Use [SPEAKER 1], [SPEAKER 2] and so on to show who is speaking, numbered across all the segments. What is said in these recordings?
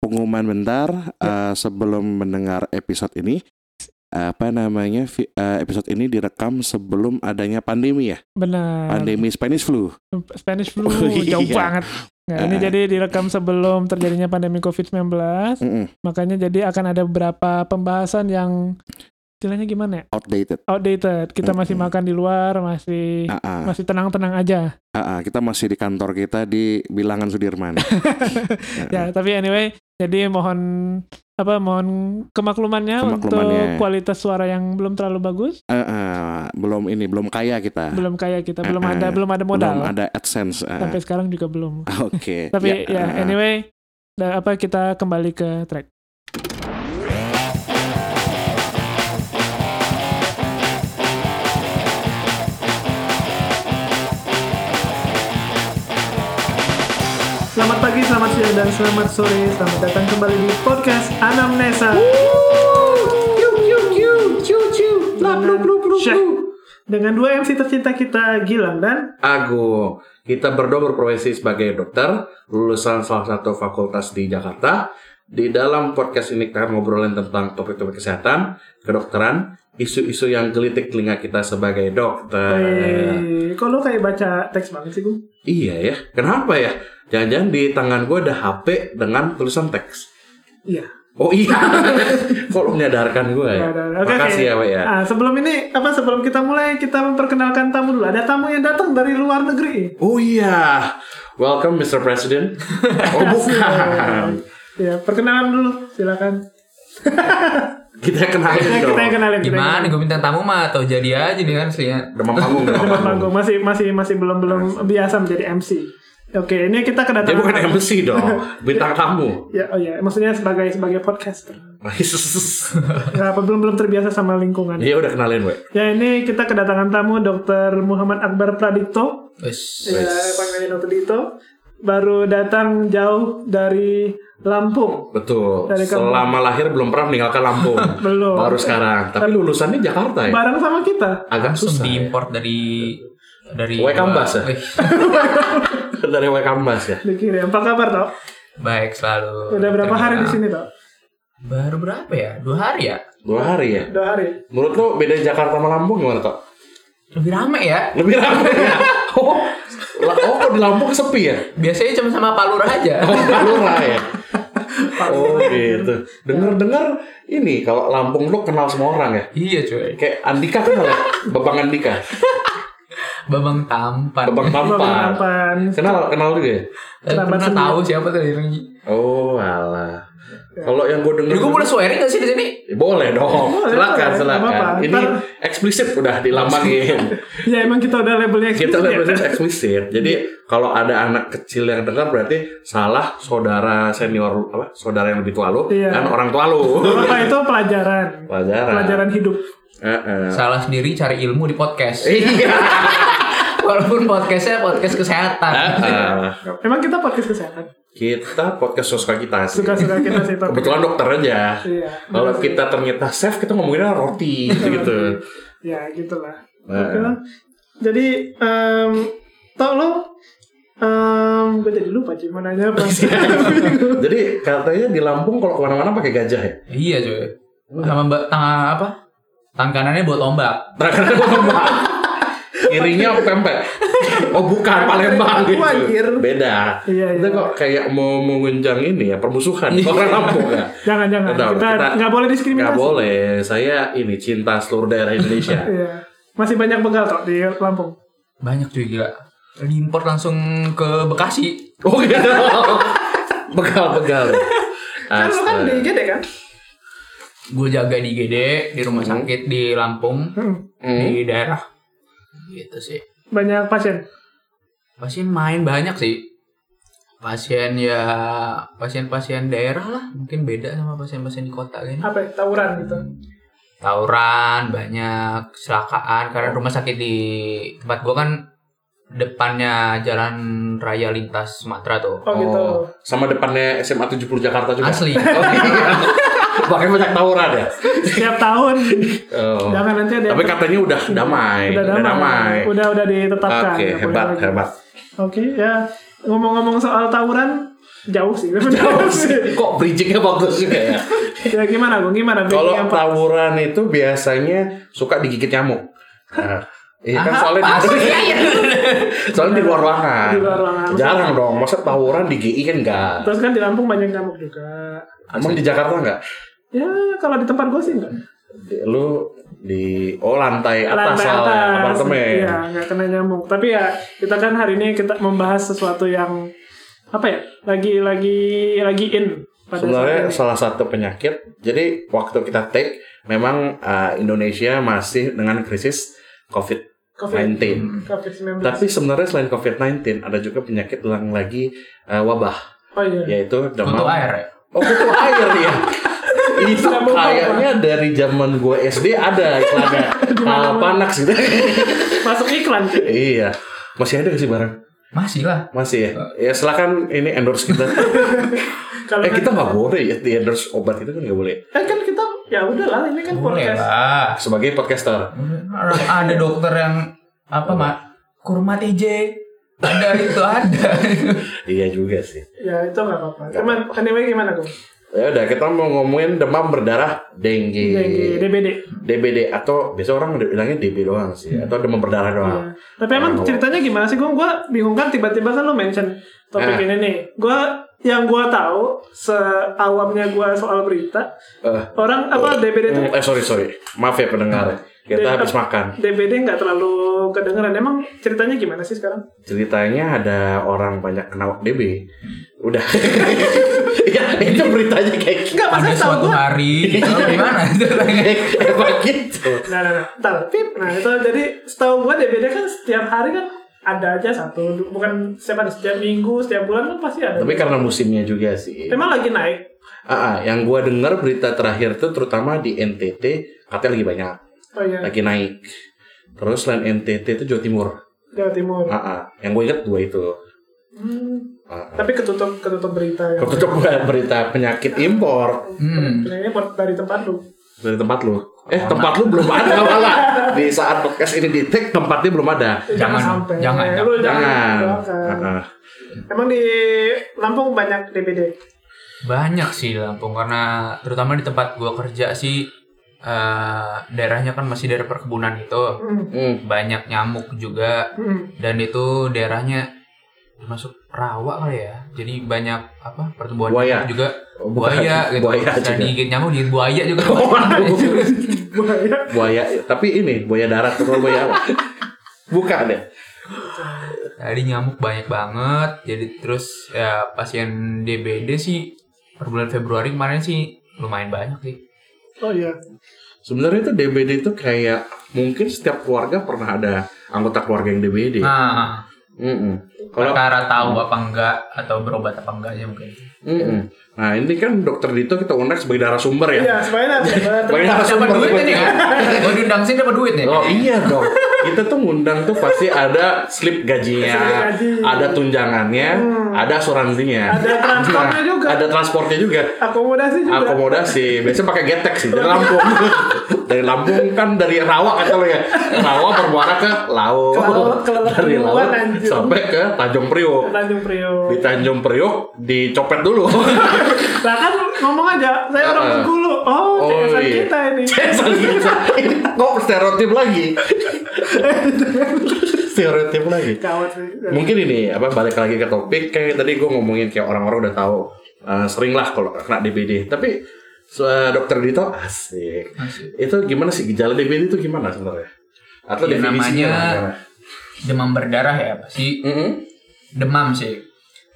[SPEAKER 1] Reman bentar eh, sebelum mendengar episode ini apa namanya vi- eh, episode ini direkam sebelum adanya pandemi ya
[SPEAKER 2] Benar.
[SPEAKER 1] pandemi Spanish flu
[SPEAKER 2] Spanish flu
[SPEAKER 1] Oh, iya.
[SPEAKER 2] jauh banget. Nah, ini
[SPEAKER 1] Ah.
[SPEAKER 2] jadi direkam sebelum terjadinya pandemi COVID-19.
[SPEAKER 1] Mm-mm,
[SPEAKER 2] Makanya jadi akan ada beberapa pembahasan yang istilahnya gimana ya?
[SPEAKER 1] outdated
[SPEAKER 2] Outdated. Kita masih
[SPEAKER 1] Mm-mm.
[SPEAKER 2] makan di luar, masih
[SPEAKER 1] Ah, ah,
[SPEAKER 2] masih tenang-tenang aja.
[SPEAKER 1] ah, ah, kita masih di kantor kita di bilangan Sudirman
[SPEAKER 2] Ya, tapi anyway, jadi mohon apa mohon kemaklumannya,
[SPEAKER 1] Kemaklumannya.
[SPEAKER 2] untuk kualitas suara yang belum terlalu bagus,
[SPEAKER 1] Eh, eh, belum ini belum kaya kita
[SPEAKER 2] belum kaya kita, belum
[SPEAKER 1] Ah, ah.
[SPEAKER 2] ada belum ada
[SPEAKER 1] Belum
[SPEAKER 2] modal.
[SPEAKER 1] ada adsense eh,
[SPEAKER 2] Sampai sekarang juga belum.
[SPEAKER 1] oke
[SPEAKER 3] Iya.
[SPEAKER 2] Tapi ya,
[SPEAKER 1] eh, eh.
[SPEAKER 2] anyway, da- apa kita kembali ke track. Selamat pagi, selamat siang, dan selamat sore. Selamat datang kembali di podcast Anamnesa. Dengan- Syah. Dengan dua MC tercinta kita, Gilang dan
[SPEAKER 3] Agung. Kita berdua berprofesi sebagai dokter, lulusan salah satu fakultas di Jakarta. Di dalam podcast ini kita akan ngobrolin tentang topik-topik kesehatan, kedokteran, isu-isu yang gelitik telinga kita sebagai dokter.
[SPEAKER 2] Eh, kok lu kayak baca teks banget sih, Gung?
[SPEAKER 3] Iya ya, kenapa ya? Jangan-jangan di tangan gue ada HP dengan tulisan teks.
[SPEAKER 2] Iya.
[SPEAKER 3] Oh iya, kok lu menyadarkan gue ya?
[SPEAKER 2] Nggak ada- oke,
[SPEAKER 3] Makasih ya,
[SPEAKER 2] oke.
[SPEAKER 3] Wak ya.
[SPEAKER 2] Ah, sebelum ini apa sebelum kita mulai kita memperkenalkan tamu dulu. Ada tamu yang datang dari luar negeri.
[SPEAKER 3] Oh iya, welcome Mr. President. Oh bukan.
[SPEAKER 2] Ya, perkenalan dulu, silakan.
[SPEAKER 3] Kita kenalin
[SPEAKER 2] Kita,
[SPEAKER 3] dong.
[SPEAKER 2] kita yang kenalin Kan kita. yang
[SPEAKER 4] Gimana
[SPEAKER 2] kenalin.
[SPEAKER 4] gue bintang tamu mah atau jadi aja nih kan sih
[SPEAKER 3] Demam panggung, demam
[SPEAKER 2] Depan
[SPEAKER 3] panggung.
[SPEAKER 2] panggung masih masih masih belum belum biasa menjadi MC. Oke, ini kita
[SPEAKER 3] Dia
[SPEAKER 2] kedatangan
[SPEAKER 3] bukan MC dong, bintang tamu.
[SPEAKER 2] Ya, oh ya, maksudnya sebagai sebagai podcaster. Nggak apa belum belum terbiasa sama lingkungan.
[SPEAKER 3] Iya udah kenalin, we.
[SPEAKER 2] Ya, ini kita kedatangan tamu Dr. Muhammad Akbar Pradipto.
[SPEAKER 4] Wes.
[SPEAKER 2] Ya, panggilannya Dokter Dito baru datang jauh dari Lampung.
[SPEAKER 3] Betul.
[SPEAKER 2] Dari kampung.
[SPEAKER 3] Selama lahir belum pernah meninggalkan Lampung.
[SPEAKER 2] Belum.
[SPEAKER 3] Baru sekarang. Tapi lulusannya Jakarta ya.
[SPEAKER 2] Bareng sama kita.
[SPEAKER 3] Agak
[SPEAKER 4] Langsung
[SPEAKER 3] susah. ya.
[SPEAKER 4] diimport dari dari
[SPEAKER 3] Waikambas ya?
[SPEAKER 4] Wih,
[SPEAKER 3] Dari Wekambas ya.
[SPEAKER 2] Dikirim. Apa kabar, Tok?
[SPEAKER 4] Baik selalu.
[SPEAKER 2] Udah berapa hari di sini, Tok?
[SPEAKER 4] Baru berapa ya? Dua hari ya?
[SPEAKER 3] Dua hari ya.
[SPEAKER 2] Dua hari.
[SPEAKER 3] Menurut lo beda Jakarta sama Lampung gimana Tok?
[SPEAKER 4] Lebih rame ya?
[SPEAKER 3] Lebih ramai ya? Oh, la- oh kok di Lampung sepi ya?
[SPEAKER 4] Biasanya cuma sama Pak Lurah aja.
[SPEAKER 3] Oh, Palura ya? Oh gitu. Dengar-dengar ini kalau Lampung lo kenal semua orang ya?
[SPEAKER 4] iya cuy.
[SPEAKER 3] Kayak Andika kenal ya? Babang Andika.
[SPEAKER 4] Babang tampan.
[SPEAKER 3] Babang Tampan.
[SPEAKER 2] Kapan?
[SPEAKER 3] Kenal kenal juga ya?
[SPEAKER 4] Tapi pernah
[SPEAKER 2] Tampan
[SPEAKER 4] tahu siapa tuh ini?
[SPEAKER 3] Oh alah. Kalau yang gue denger
[SPEAKER 4] Jadi gue boleh swearing gak sih di sini?
[SPEAKER 3] Ya, boleh dong.
[SPEAKER 2] Boleh,
[SPEAKER 3] silakan,
[SPEAKER 2] boleh.
[SPEAKER 3] silakan.
[SPEAKER 2] Nggak apa-apa.
[SPEAKER 3] Ini
[SPEAKER 2] Ntar-
[SPEAKER 3] eksplisit udah dilambangin.
[SPEAKER 2] Ya emang kita udah labelnya
[SPEAKER 3] Kita
[SPEAKER 2] eksplisit ya?
[SPEAKER 3] lebih eksplisit.
[SPEAKER 2] Iya.
[SPEAKER 3] Jadi kalau ada anak kecil yang dengar berarti salah saudara senior apa? Saudara yang lebih tua lu
[SPEAKER 2] Iya.
[SPEAKER 3] dan orang tua lu.
[SPEAKER 2] Apa itu pelajaran?
[SPEAKER 3] Pelajaran.
[SPEAKER 2] Pelajaran hidup.
[SPEAKER 3] Eh, eh.
[SPEAKER 4] Salah sendiri cari ilmu di podcast.
[SPEAKER 3] Iya.
[SPEAKER 4] Walaupun podcastnya podcast kesehatan.
[SPEAKER 3] Eh,
[SPEAKER 2] Emang kita podcast kesehatan.
[SPEAKER 3] Kita podcast suka kita sih.
[SPEAKER 2] Suka-suka kita sih Tok.
[SPEAKER 3] Kebetulan dokter aja.
[SPEAKER 2] Iya.
[SPEAKER 3] Kalau kita ternyata chef, kita ngomonginnya roti gitu.
[SPEAKER 2] Ya gitulah.
[SPEAKER 3] Eh.
[SPEAKER 2] Oke lah. Jadi em Tok lo em gue jadi lupa cuy mau nanya apa.
[SPEAKER 3] Jadi katanya di Lampung kalau kemana-mana pakai gajah ya.
[SPEAKER 4] iya cuy. Sama mbak tangan apa? Tangan kanannya buat ombak.
[SPEAKER 3] Terakhir Nah, gua ngomong. Kirinya pempek. Oh bukan Palembang gitu.
[SPEAKER 2] Wah, anjir.
[SPEAKER 3] Beda.
[SPEAKER 2] Iya, iya.
[SPEAKER 3] Kita kok kayak mau mengunjang ini ya permusuhan orang Lampung ya.
[SPEAKER 2] jangan jangan
[SPEAKER 3] Udah,
[SPEAKER 2] Nah, kita nggak boleh diskriminasi.
[SPEAKER 3] Nggak boleh. Saya ini cinta seluruh daerah Indonesia.
[SPEAKER 2] Iya. Masih banyak begal tok di Lampung.
[SPEAKER 4] Banyak cuy gila. Diimpor langsung ke Bekasi.
[SPEAKER 3] oh iya. Begal-begal.
[SPEAKER 2] Kan lu kan di
[SPEAKER 3] Astaga.
[SPEAKER 2] IGD kan?
[SPEAKER 4] Gue jaga di IGD, di rumah sakit di Lampung,
[SPEAKER 2] Hmm.
[SPEAKER 4] di daerah. Gitu sih.
[SPEAKER 2] Banyak pasien.
[SPEAKER 4] Pasien main banyak sih. Pasien ya pasien-pasien daerah lah, mungkin beda sama pasien-pasien di kota gini.
[SPEAKER 2] Apa ya? Tawuran gitu.
[SPEAKER 4] Tawuran banyak, kecelakaan karena rumah sakit di tempat gua kan depannya jalan raya lintas Sumatera tuh.
[SPEAKER 2] Oh, gitu.
[SPEAKER 3] Oh, sama depannya SMA 70 Jakarta juga.
[SPEAKER 4] Asli.
[SPEAKER 3] Oh, iya. Makanya banyak tawuran ya.
[SPEAKER 2] Setiap tahun.
[SPEAKER 3] Oh.
[SPEAKER 2] jangan nanti ada yang
[SPEAKER 3] Tapi katanya udah damai.
[SPEAKER 2] udah damai. Udah udah ditetapkan.
[SPEAKER 3] Oke,
[SPEAKER 2] Nggak boleh
[SPEAKER 3] hebat,
[SPEAKER 2] lagi.
[SPEAKER 3] hebat.
[SPEAKER 2] Oke, ya. Ngomong-ngomong soal tawuran, Jauh sih. memang
[SPEAKER 3] Jauh sih. Kok bridgingnya bagus juga ya?
[SPEAKER 2] ya gimana Bung? Gimana? Bung?
[SPEAKER 3] Kalau
[SPEAKER 2] Yang-
[SPEAKER 3] tawuran itu biasanya suka digigit nyamuk. Nah, Iya kan
[SPEAKER 4] Apa
[SPEAKER 3] soalnya di,
[SPEAKER 4] sih?
[SPEAKER 3] soalnya di luar ruangan.
[SPEAKER 2] iya. Di luar ruangan.
[SPEAKER 3] Jarang dong, masa tawuran di GI kan enggak.
[SPEAKER 2] Terus kan di Lampung banyak nyamuk juga.
[SPEAKER 3] Emang di Jakarta enggak?
[SPEAKER 2] Ya kalau di tempat gue sih enggak.
[SPEAKER 3] Di- Lu di oh lantai atas
[SPEAKER 2] Lantai
[SPEAKER 3] soalnya, apartemen.
[SPEAKER 2] Ya nggak kena nyamuk. Tapi ya kita kan hari ini kita membahas sesuatu yang apa ya? Lagi lagi lagi in pada
[SPEAKER 3] Sebenarnya
[SPEAKER 2] saat ini.
[SPEAKER 3] salah satu penyakit. Jadi waktu kita take memang uh, Indonesia masih dengan krisis COVID-19.
[SPEAKER 2] Hmm. COVID-19.
[SPEAKER 3] Tapi sebenarnya selain COVID-19 ada juga penyakit yang lagi uh, wabah
[SPEAKER 2] oh iya.
[SPEAKER 3] yaitu demam.
[SPEAKER 4] Untuk air ya?
[SPEAKER 3] Oh kutu air ya. Itu
[SPEAKER 2] Sudah lupa,
[SPEAKER 3] kayaknya dari zaman gue SD ada iklannya uh, panas gitu.
[SPEAKER 2] Masuk iklan. cuy.
[SPEAKER 3] iya. Masih ada gak sih barang?
[SPEAKER 4] Masih lah.
[SPEAKER 3] Masih ya? Ya silakan ini endorse kita.
[SPEAKER 2] Kalau
[SPEAKER 3] eh
[SPEAKER 2] kan-
[SPEAKER 3] kita nggak boleh ya di endorse obat itu kan nggak boleh.
[SPEAKER 2] eh, kan kita ya udahlah ini kan
[SPEAKER 4] Boleh
[SPEAKER 2] podcast.
[SPEAKER 4] lah.
[SPEAKER 3] Sebagai podcaster.
[SPEAKER 4] Orang ada dokter yang apa mak kurma TJ ada itu ada
[SPEAKER 3] Iya juga sih.
[SPEAKER 2] Ya itu nggak apa-apa. Cuman anyway gimana Bung?
[SPEAKER 3] Ya udah kita mau ngomongin demam berdarah dengue.
[SPEAKER 2] Dengue, DBD.
[SPEAKER 3] DBD atau biasa orang udah bilangnya DB doang sih
[SPEAKER 2] Hmm.
[SPEAKER 3] atau demam berdarah doang.
[SPEAKER 2] Iya. Tapi emang
[SPEAKER 3] Orang
[SPEAKER 2] ceritanya gimana sih? Gue gua bingung kan tiba-tiba kan lo mention topik
[SPEAKER 3] Eh.
[SPEAKER 2] ini nih. Gue yang gue tahu seawamnya gue soal berita
[SPEAKER 3] Eh.
[SPEAKER 2] orang apa DBD itu
[SPEAKER 3] Eh sorry sorry, maaf ya
[SPEAKER 2] Nah,
[SPEAKER 3] pendengar. Kita
[SPEAKER 2] Dia-
[SPEAKER 3] habis makan.
[SPEAKER 2] DBD nggak terlalu kedengeran. Emang ceritanya gimana sih sekarang?
[SPEAKER 3] ceritanya ada orang banyak kena DB. Udah. ya, itu beritanya kayak gitu.
[SPEAKER 2] Enggak,
[SPEAKER 4] ada
[SPEAKER 2] masa tahu
[SPEAKER 4] suatu
[SPEAKER 2] gue.
[SPEAKER 4] hari itu gimana itu
[SPEAKER 3] Emang gitu.
[SPEAKER 2] Nah, nah, nah, Ntar, pip. Nah, itu jadi setahu gue DBD kan setiap hari kan ada aja satu, Du- bukan setiap hari, setiap minggu, setiap bulan kan pasti ada.
[SPEAKER 3] Tapi karena musimnya juga sih.
[SPEAKER 2] Emang lagi naik.
[SPEAKER 3] Ah, ah, yang gua dengar berita terakhir tuh terutama di NTT katanya lagi banyak,
[SPEAKER 2] Oh iya,
[SPEAKER 3] lagi naik. Terus selain NTT itu Jawa Timur.
[SPEAKER 2] Jawa Timur.
[SPEAKER 3] Ah, ah. yang gue inget dua itu.
[SPEAKER 2] Hmm,
[SPEAKER 3] Ah, ah.
[SPEAKER 2] tapi ketutup ketutup berita. ya.
[SPEAKER 3] Ketutup gua berita penyakit impor
[SPEAKER 4] Hmm.
[SPEAKER 2] Ini buat dari tempat lu.
[SPEAKER 3] dari tempat lu. Eh, tempat lu belum ada malah. Di saat podcast ini di take tempatnya belum ada.
[SPEAKER 2] Eh,
[SPEAKER 4] Jangan,
[SPEAKER 2] sampai.
[SPEAKER 4] jangan,
[SPEAKER 2] Lu jangan.
[SPEAKER 3] Jangan.
[SPEAKER 2] doakan.
[SPEAKER 3] Ah, ah.
[SPEAKER 2] Emang di Lampung banyak DBD.
[SPEAKER 4] banyak sih di Lampung karena terutama di tempat gua kerja sih eh, daerahnya kan masih daerah perkebunan itu
[SPEAKER 2] Hmm.
[SPEAKER 3] Hmm.
[SPEAKER 4] banyak nyamuk juga
[SPEAKER 2] Hmm.
[SPEAKER 4] dan itu daerahnya masuk rawa kali ya jadi banyak apa pertumbuhan
[SPEAKER 3] Buaya.
[SPEAKER 4] nyamuk juga
[SPEAKER 3] Oh, bukan.
[SPEAKER 4] buaya gitu
[SPEAKER 3] Buaya
[SPEAKER 4] Selain
[SPEAKER 3] juga.
[SPEAKER 4] digigit nyamuk digigit buaya juga
[SPEAKER 2] Bahaya.
[SPEAKER 3] buaya tapi ini buaya darat atau buaya apa bukan ya
[SPEAKER 4] Tadi nyamuk banyak banget. Jadi terus ya pasien DBD sih per bulan Februari kemarin sih lumayan banyak sih.
[SPEAKER 2] Oh iya.
[SPEAKER 3] sebenarnya itu DBD itu kayak mungkin setiap keluarga pernah ada anggota keluarga yang DBD
[SPEAKER 4] Nah,
[SPEAKER 3] Mm-mm. kalau
[SPEAKER 4] perkara tahu apa enggak atau berobat apa enggaknya mungkin.
[SPEAKER 3] Mm-mm. nah ini kan dokter Dito kita undang sebagai narasumber ya
[SPEAKER 2] Iya, sebenarnya
[SPEAKER 3] sebagai narasumber
[SPEAKER 4] Dapat duit kan
[SPEAKER 3] penting.
[SPEAKER 4] ya? Gue diundang sini dapat duit nih.
[SPEAKER 3] Oh iya dong. Kita tuh ngundang tuh pasti ada slip gajinya,
[SPEAKER 2] Slip gaji. Hmm.
[SPEAKER 3] ada tunjangannya, ada asuransinya,
[SPEAKER 2] Ada transportnya
[SPEAKER 3] Nah,
[SPEAKER 2] juga.
[SPEAKER 3] ada transportnya juga.
[SPEAKER 2] akomodasi juga.
[SPEAKER 3] akomodasi biasanya pakai getek sih dari Lampung dari Lampung kan dari rawa kata lo ya rawa bermuara ke laut
[SPEAKER 2] Ke laut, ke laut
[SPEAKER 3] dari
[SPEAKER 2] duluan,
[SPEAKER 3] laut
[SPEAKER 2] anjir.
[SPEAKER 3] sampai ke Tanjung Priok
[SPEAKER 2] Tanjung Priok.
[SPEAKER 3] di Tanjung Priok dicopet dulu
[SPEAKER 2] Lah kan ngomong aja, saya orang
[SPEAKER 3] Ah.
[SPEAKER 2] Bengkulu.
[SPEAKER 3] Oh,
[SPEAKER 2] Oh, CSR
[SPEAKER 3] iya.
[SPEAKER 2] kita ini.
[SPEAKER 3] Ini kok stereotip lagi stereotip lagi
[SPEAKER 2] Gawat sih.
[SPEAKER 3] mungkin ini apa balik lagi ke topik kayak tadi gue ngomongin kayak orang-orang udah tahu eh, sering lah kalau kena DBD tapi se- dokter Dito asik. itu gimana sih gejala DBD itu gimana sebenarnya atau
[SPEAKER 4] Ya,
[SPEAKER 3] definisinya
[SPEAKER 4] namanya-
[SPEAKER 3] lah gimana?
[SPEAKER 4] Demam berdarah ya pasti
[SPEAKER 3] Mm-mm.
[SPEAKER 4] demam sih.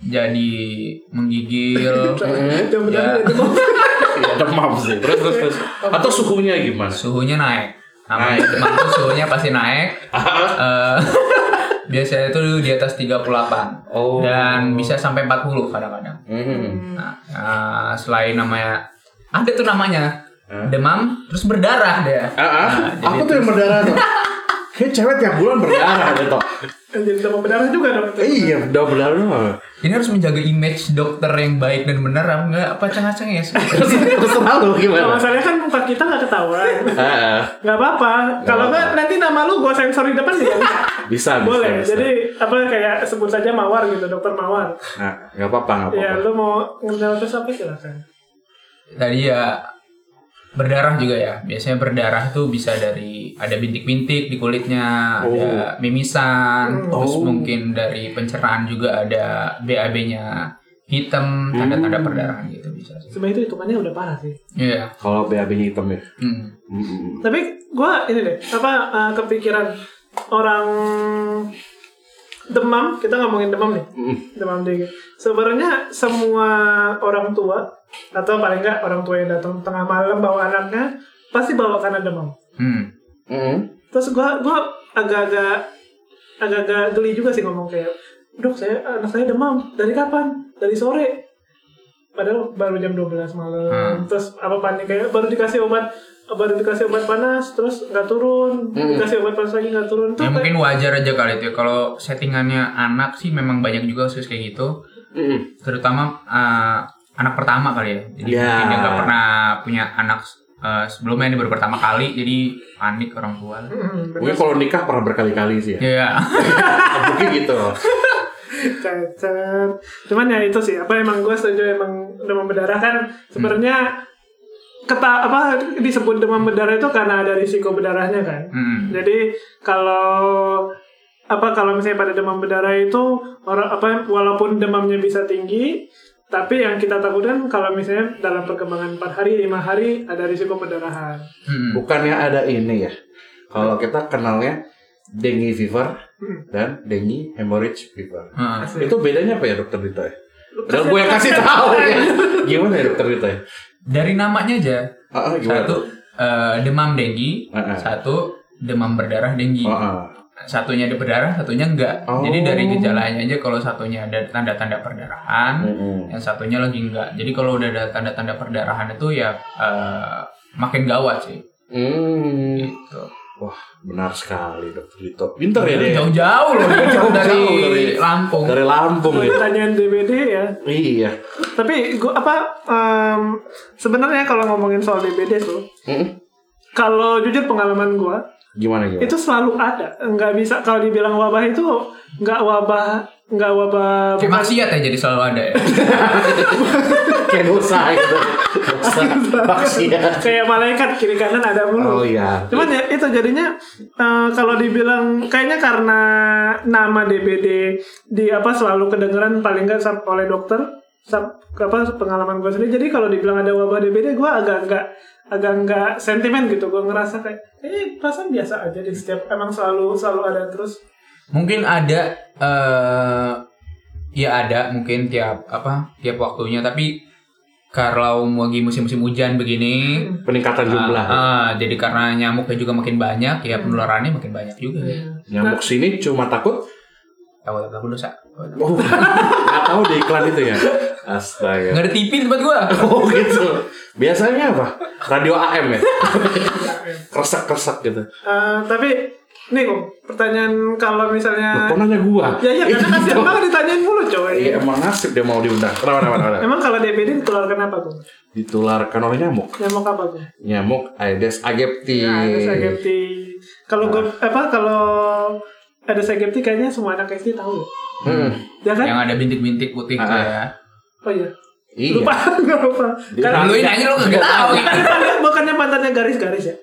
[SPEAKER 4] Jadi menggigil,
[SPEAKER 3] Hmm.
[SPEAKER 2] Yang benar
[SPEAKER 4] Ya.
[SPEAKER 2] itu kok.
[SPEAKER 3] Iya, demam sih terus terus terus atau suhunya gimana
[SPEAKER 4] suhunya naik.
[SPEAKER 3] Naik.
[SPEAKER 4] Namanya demam tuh suhunya pasti naik. Eh, biasanya itu di atas 38
[SPEAKER 3] Oh. Hmm.
[SPEAKER 4] dan bisa sampai 40 kadang-kadang.
[SPEAKER 3] Mm-mm.
[SPEAKER 4] Nah, eh, selain namanya ada tuh namanya demam terus berdarah dia.
[SPEAKER 3] Ah, ah.
[SPEAKER 4] Nah, jadi
[SPEAKER 3] apa tuh yang berdarah tuh Kayak cewek tiap bulan berdarah gitu.
[SPEAKER 2] Jadi tambah berdarah juga dong. itu.
[SPEAKER 3] Iya, udah berdarah.
[SPEAKER 4] Ini harus menjaga image dokter yang baik dan benar apa enggak apa cengah-cengah ya.
[SPEAKER 3] Terserah lu
[SPEAKER 2] Nah,
[SPEAKER 3] gimana?
[SPEAKER 2] masalahnya kan muka kita nggak ketahuan.
[SPEAKER 3] Ah,
[SPEAKER 2] Gak apa-apa. Kalau nggak nanti nama lu gue sensor di depan juga bisa.
[SPEAKER 3] bisa, bisa,
[SPEAKER 2] Boleh.
[SPEAKER 3] bisa.
[SPEAKER 2] Jadi apa kayak sebut saja Mawar gitu, dokter Mawar.
[SPEAKER 3] Nah, nggak apa-apa, nggak apa-apa.
[SPEAKER 2] Ya lu mau ngenal terus apa silakan.
[SPEAKER 4] Tadi ya berdarah juga ya. Biasanya berdarah tuh bisa dari ada bintik-bintik di kulitnya, ada mimisan, terus
[SPEAKER 3] Oh.
[SPEAKER 4] mungkin dari pencerahan juga ada BAB-nya hitam, tanda-tanda
[SPEAKER 3] Hmm.
[SPEAKER 4] perdarahan gitu bisa sih.
[SPEAKER 2] Sebenarnya itu hitungannya udah parah sih.
[SPEAKER 4] Iya.
[SPEAKER 3] Kalau BAB-nya hitam ya.
[SPEAKER 4] Hmm.
[SPEAKER 3] Mm-mm.
[SPEAKER 2] Tapi gue ini deh apa eh, kepikiran orang demam kita ngomongin demam nih
[SPEAKER 3] Mm.
[SPEAKER 2] demam dingin sebenarnya semua orang tua atau paling nggak orang tua yang datang tengah malam bawa anaknya pasti bawa karena demam
[SPEAKER 4] Hmm.
[SPEAKER 3] Mm-mm.
[SPEAKER 2] terus gue gua agak-agak agak-agak geli juga sih ngomong kayak dok saya anak saya demam dari kapan dari sore padahal baru jam 12 malam
[SPEAKER 4] Hmm.
[SPEAKER 2] terus apa panik kayak baru dikasih obat baru dikasih obat panas terus nggak turun
[SPEAKER 3] Hmm.
[SPEAKER 2] dikasih obat panas lagi nggak turun tuh
[SPEAKER 4] Ya
[SPEAKER 2] kayak-
[SPEAKER 4] mungkin wajar aja kali itu ya. Kalau settingannya anak sih memang banyak juga kasus kayak gitu.
[SPEAKER 3] Mm-mm.
[SPEAKER 4] terutama eh, anak pertama kali ya. Jadi
[SPEAKER 3] Ya.
[SPEAKER 4] mungkin dia nggak pernah punya anak eh, sebelumnya ini baru pertama kali, jadi panik orang tua. lah.
[SPEAKER 2] Hmm,
[SPEAKER 3] Mungkin
[SPEAKER 2] bener. Iya.
[SPEAKER 3] kalau nikah pernah berkali-kali sih ya.
[SPEAKER 4] Ya,
[SPEAKER 3] Mungkin gitu.
[SPEAKER 2] Cacat. Cuman ya itu sih apa emang gue setuju emang demam berdarah kan
[SPEAKER 4] Hmm.
[SPEAKER 2] sebenarnya keta apa disebut demam berdarah itu karena ada risiko berdarahnya kan.
[SPEAKER 4] Hmm.
[SPEAKER 2] Jadi kalau apa kalau misalnya pada demam berdarah itu orang apa walaupun demamnya bisa tinggi tapi yang kita takutkan kalau misalnya dalam perkembangan 4 hari lima hari ada risiko perdarahan.
[SPEAKER 4] Hmm.
[SPEAKER 3] Bukannya ada ini ya. Kalau kita kenalnya dengue fever
[SPEAKER 2] Hmm.
[SPEAKER 3] dan dengue hemorrhage fever.
[SPEAKER 4] Hmm.
[SPEAKER 2] Iya.
[SPEAKER 3] Itu bedanya apa ya dokter Dito ya? Padahal gue yang kasih tahu ya. Gimana ya dokter Dito ya?
[SPEAKER 4] Dari namanya aja,
[SPEAKER 3] Ah, ah, gimana?
[SPEAKER 4] satu eh, demam dengue,
[SPEAKER 3] Ah, ah.
[SPEAKER 4] satu demam berdarah dengue.
[SPEAKER 3] Ah, ah.
[SPEAKER 4] Satunya ada berdarah, satunya enggak.
[SPEAKER 3] Oh.
[SPEAKER 4] Jadi dari gejalanya aja kalau satunya ada tanda-tanda perdarahan,
[SPEAKER 3] Mm-mm.
[SPEAKER 4] yang satunya lagi enggak. Jadi kalau udah ada tanda-tanda perdarahan itu ya eh, makin gawat sih.
[SPEAKER 3] Hmm.
[SPEAKER 4] Gitu.
[SPEAKER 3] Wah, benar sekali dokter Dito. Pinter ya
[SPEAKER 4] Dari
[SPEAKER 3] dia.
[SPEAKER 4] jauh-jauh loh, dia
[SPEAKER 3] Jauh-jauh
[SPEAKER 4] dari
[SPEAKER 3] dari-
[SPEAKER 4] Lampung.
[SPEAKER 3] Dari Lampung ya.
[SPEAKER 2] Pertanyaan DBD ya.
[SPEAKER 3] Iya.
[SPEAKER 2] Tapi gua apa em, sebenarnya kalau ngomongin soal DBD tuh
[SPEAKER 3] Mm-mm.
[SPEAKER 2] kalau jujur pengalaman gua
[SPEAKER 3] Gimana gimana?
[SPEAKER 2] itu selalu ada. Nggak bisa kalau dibilang wabah itu nggak wabah nggak wabah
[SPEAKER 4] Kayak maksiat ya jadi selalu ada ya.
[SPEAKER 3] kayak dosa gitu. Dosa. Maksiat.
[SPEAKER 2] kayak malaikat kiri kanan ada
[SPEAKER 3] Oh
[SPEAKER 2] mulu.
[SPEAKER 3] iya.
[SPEAKER 2] Cuman ya itu jadinya eh, kalau dibilang kayaknya karena nama DBD di apa selalu kedengeran paling nggak sam- oleh dokter sam- apa pengalaman gue sendiri. Jadi kalau dibilang ada wabah DBD gue agak nggak agak nggak sentimen gitu. Gue ngerasa kayak eh perasaan biasa aja di setiap emang selalu selalu ada terus.
[SPEAKER 4] Mungkin ada eh ya ada mungkin tiap apa tiap waktunya tapi kalau lagi musim-musim hujan begini
[SPEAKER 3] Peningkatan Hmm. jumlah.
[SPEAKER 4] ah, ah, jadi karena nyamuknya juga makin
[SPEAKER 2] Hmm.
[SPEAKER 4] banyak ya penularannya makin banyak juga ya.
[SPEAKER 3] Nyamuk sini cuma takut.
[SPEAKER 4] Tahu tahu dosa.
[SPEAKER 3] Oh, nggak tahu di iklan itu ya. Astaga.
[SPEAKER 4] Enggak ada TV di tempat gua.
[SPEAKER 3] Oh gitu. Biasanya apa? Radio AM ya. Kresek kresek gitu.
[SPEAKER 2] Eh, tapi nih kok pertanyaan
[SPEAKER 3] Loh,
[SPEAKER 2] kalau misalnya
[SPEAKER 3] kok nanya gua?
[SPEAKER 2] ya ya karena kasihan
[SPEAKER 3] Gitu.
[SPEAKER 2] banget ditanyain mulu coy.
[SPEAKER 3] Iya emang nasib dia mau diundang. Kenapa kenapa kenapa?
[SPEAKER 2] Emang kalau DBD ditularkan apa tuh?
[SPEAKER 3] Ditularkan oleh nyamuk.
[SPEAKER 2] Nyamuk apa tuh?
[SPEAKER 3] Nyamuk Aedes aegypti.
[SPEAKER 2] Nah, ada Sagepti. Kalau gue apa kalau ada Sagepti kayaknya semua anak SD tahu ya.
[SPEAKER 3] Hmm.
[SPEAKER 2] Ya kan?
[SPEAKER 4] Yang ada bintik-bintik putih
[SPEAKER 3] Ah,
[SPEAKER 4] tuh
[SPEAKER 3] ah.
[SPEAKER 4] ya.
[SPEAKER 2] Oh iya.
[SPEAKER 3] Iya.
[SPEAKER 2] Lupa, enggak lupa. Karena
[SPEAKER 4] Laluin
[SPEAKER 3] ya.
[SPEAKER 4] aja lu enggak tahu.
[SPEAKER 2] bukannya, bukannya pantatnya garis-garis ya?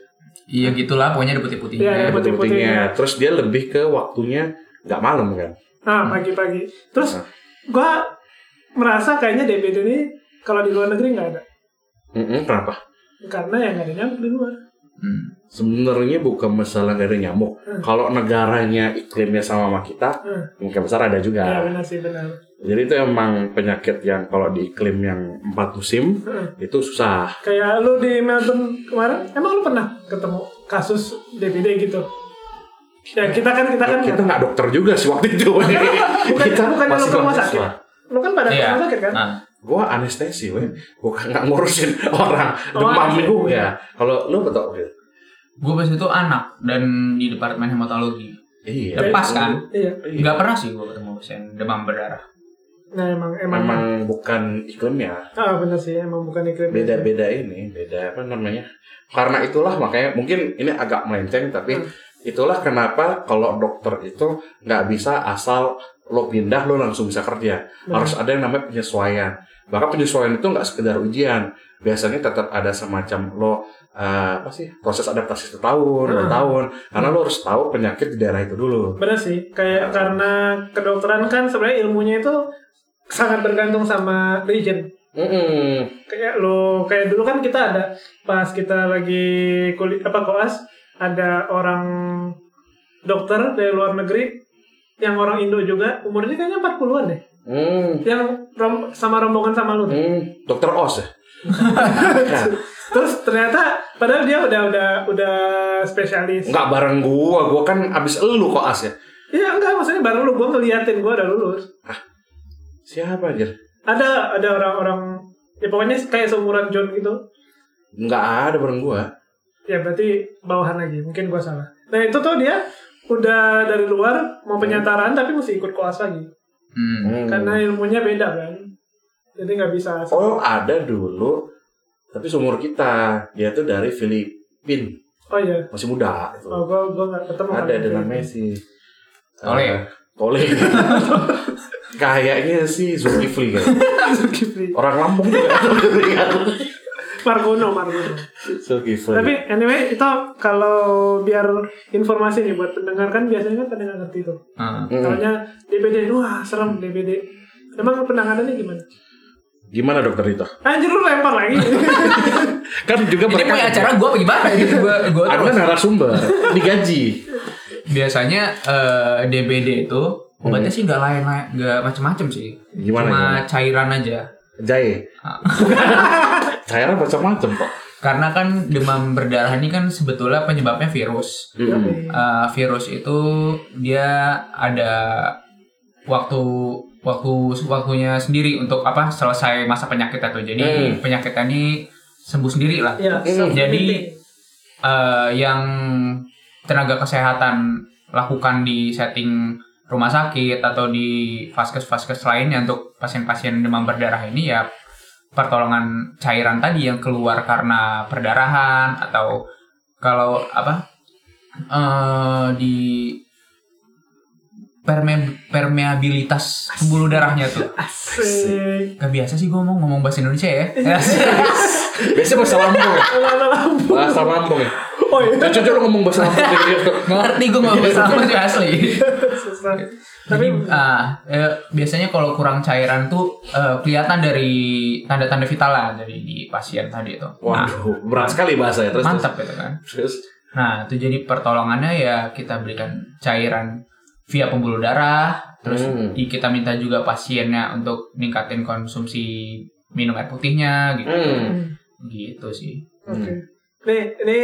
[SPEAKER 4] Iya gitulah pokoknya ada
[SPEAKER 2] Iya,
[SPEAKER 4] putih-putihnya.
[SPEAKER 2] iya.
[SPEAKER 3] putih-putihnya. Terus dia lebih ke waktunya nggak malam kan?
[SPEAKER 2] Ah, pagi-pagi. Terus gua merasa kayaknya DBD ini kalau di luar negeri nggak ada.
[SPEAKER 3] Mm-mm, kenapa?
[SPEAKER 2] Karena yang nggak ada nyamuk di luar.
[SPEAKER 4] Hmm.
[SPEAKER 3] Sebenarnya bukan masalah nggak ada nyamuk.
[SPEAKER 2] Hmm.
[SPEAKER 3] Kalau negaranya iklimnya sama sama kita,
[SPEAKER 2] Hmm.
[SPEAKER 3] mungkin besar ada juga.
[SPEAKER 2] Ya benar sih benar.
[SPEAKER 3] Jadi itu emang penyakit yang kalau di iklim yang empat musim
[SPEAKER 2] Hmm.
[SPEAKER 3] itu susah.
[SPEAKER 2] Kayak lu di Melbourne kemarin, emang lu pernah ketemu kasus DBD gitu? Ya kita kan kita kan
[SPEAKER 3] Kita nggak dokter juga sih waktu itu.
[SPEAKER 2] bukan
[SPEAKER 3] kita
[SPEAKER 2] bukan lu
[SPEAKER 3] masih
[SPEAKER 2] ke rumah sakit.
[SPEAKER 3] mahasiswa.
[SPEAKER 2] Lu kan pada ke
[SPEAKER 4] Iya.
[SPEAKER 2] rumah sakit kan?
[SPEAKER 4] Nah,
[SPEAKER 3] Gua anestesi, weh. Bukan nggak ngurusin orang
[SPEAKER 2] Oh,
[SPEAKER 3] demam
[SPEAKER 2] anestesi.
[SPEAKER 3] gua. Kalau lu betul gitu.
[SPEAKER 4] Gue pas itu anak dan di departemen hematologi.
[SPEAKER 3] Iya.
[SPEAKER 4] Lepas kan?
[SPEAKER 2] Iya.
[SPEAKER 3] Iya.
[SPEAKER 4] Nggak pernah sih gue ketemu pasien demam berdarah.
[SPEAKER 2] Nah emang emang.
[SPEAKER 3] Memang bukan iklimnya.
[SPEAKER 2] Ah benar sih emang bukan iklim.
[SPEAKER 3] Beda-beda ini, beda apa namanya? Karena itulah makanya mungkin ini agak melenceng tapi itulah kenapa kalau dokter itu nggak bisa asal lo pindah lo langsung bisa kerja.
[SPEAKER 2] Benar.
[SPEAKER 3] Harus ada yang namanya penyesuaian. Bahkan penyesuaian itu nggak sekedar ujian. Biasanya tetap ada semacam lo eh, apa sih proses adaptasi setahun, dua
[SPEAKER 2] Hmm.
[SPEAKER 3] tahun. Karena lo harus tahu penyakit di daerah itu dulu.
[SPEAKER 2] Benar sih, kayak karena kedokteran kan sebenarnya ilmunya itu sangat bergantung sama region.
[SPEAKER 3] Mm-mm.
[SPEAKER 2] Kayak lo kayak dulu kan kita ada pas kita lagi kulit apa koas ada orang dokter dari luar negeri yang orang Indo juga umurnya kayaknya 40-an deh.
[SPEAKER 3] Mm.
[SPEAKER 2] Yang rom- sama rombongan sama lu.
[SPEAKER 3] Hmm, dokter Oz ya? Nah,
[SPEAKER 2] Terus ternyata padahal dia udah udah udah spesialis.
[SPEAKER 3] Enggak bareng gua, gua kan abis elu kok As ya.
[SPEAKER 2] Iya enggak maksudnya baru lu gua ngeliatin gua udah lulus.
[SPEAKER 3] Siapa aja?
[SPEAKER 2] Ada ada orang-orang ya pokoknya kayak seumuran John gitu.
[SPEAKER 3] Enggak ada bareng gua.
[SPEAKER 2] Ya berarti bawahan lagi, mungkin gua salah. Nah itu tuh dia udah dari luar mau penyataraan tapi mesti ikut koas lagi
[SPEAKER 4] Hmm.
[SPEAKER 3] Hmm.
[SPEAKER 2] karena ilmunya beda kan. Jadi nggak bisa. asal.
[SPEAKER 3] Oh, ada dulu tapi seumur kita. Dia tuh dari Filipin,
[SPEAKER 2] Oh iya,
[SPEAKER 3] masih muda itu.
[SPEAKER 2] oh, gua gua nggak ketemu.
[SPEAKER 3] ada
[SPEAKER 2] kan.
[SPEAKER 3] dengan Messi.
[SPEAKER 4] Tole.
[SPEAKER 3] Eh, Tole. Kayaknya sih Zulkifli kan.
[SPEAKER 2] Zulkifli.
[SPEAKER 3] Orang Lampung juga.
[SPEAKER 2] Margono, Margono.
[SPEAKER 3] Zulkifli.
[SPEAKER 2] Tapi anyway itu kalau biar informasi nih buat pendengar kan biasanya kan pada nggak ngerti tuh.
[SPEAKER 4] Ah.
[SPEAKER 3] Mm.
[SPEAKER 2] Soalnya DBD, wah serem DBD. Emang penanganannya gimana?
[SPEAKER 3] Gimana dokter itu?
[SPEAKER 2] Anjir lu lempar lagi.
[SPEAKER 3] Kan juga
[SPEAKER 4] Ini
[SPEAKER 3] mereka
[SPEAKER 4] punya acara gue apa gimana? Ini gua, gua
[SPEAKER 3] Anda
[SPEAKER 4] terus.
[SPEAKER 3] narasumber, digaji.
[SPEAKER 4] Biasanya eh, DBD itu obatnya sih nggak lain lain nggak macem-macem sih.
[SPEAKER 3] Gimana,
[SPEAKER 4] Cuma
[SPEAKER 3] gimana?
[SPEAKER 4] cairan aja.
[SPEAKER 3] Jahe. Cairan macam-macam kok.
[SPEAKER 4] Karena kan demam berdarah ini kan sebetulnya penyebabnya virus.
[SPEAKER 3] Hmm.
[SPEAKER 4] Eh, virus itu dia ada waktu waktu waktunya sendiri untuk apa selesai masa penyakitnya tuh. Jadi
[SPEAKER 3] Hmm.
[SPEAKER 4] penyakitnya ini sembuh sendiri lah.
[SPEAKER 2] ya,
[SPEAKER 3] Hmm.
[SPEAKER 4] Jadi- eh, yang tenaga kesehatan lakukan di setting rumah sakit atau di vaskes-vaskes lainnya untuk pasien-pasien demam berdarah ini ya pertolongan cairan tadi yang keluar karena perdarahan atau kalau apa eh, di perme- permeabilitas pembuluh darahnya tuh
[SPEAKER 2] asik.
[SPEAKER 4] Gak biasa sih gue ngomong, ngomong bahasa Indonesia ya
[SPEAKER 3] Biasanya bahasa Lampung. ya?
[SPEAKER 2] Lala lampu.
[SPEAKER 3] Bahasa Lampung ya.
[SPEAKER 2] Oh iya.
[SPEAKER 3] Cucu lu ngomong bahasa Lampung kayak gitu.
[SPEAKER 4] Nggak ngerti gue ngomong bahasa Indonesia asli
[SPEAKER 2] Susah.
[SPEAKER 4] Tapi
[SPEAKER 2] Tapi
[SPEAKER 4] ah, eh, biasanya kalau kurang cairan tuh eh, kelihatan dari tanda-tanda vital lah dari di pasien tadi itu. Nah,
[SPEAKER 3] Waduh, berat sekali bahasa ya. Terus,
[SPEAKER 4] mantap itu kan.
[SPEAKER 3] Terus,
[SPEAKER 4] Nah, itu jadi pertolongannya ya kita berikan cairan via pembuluh darah, terus
[SPEAKER 3] Hmm.
[SPEAKER 4] di- kita minta juga pasiennya untuk ningkatin konsumsi minum air putihnya gitu.
[SPEAKER 3] Hmm.
[SPEAKER 4] Gitu sih.
[SPEAKER 2] Oke.
[SPEAKER 4] hmm.
[SPEAKER 2] Nih, ini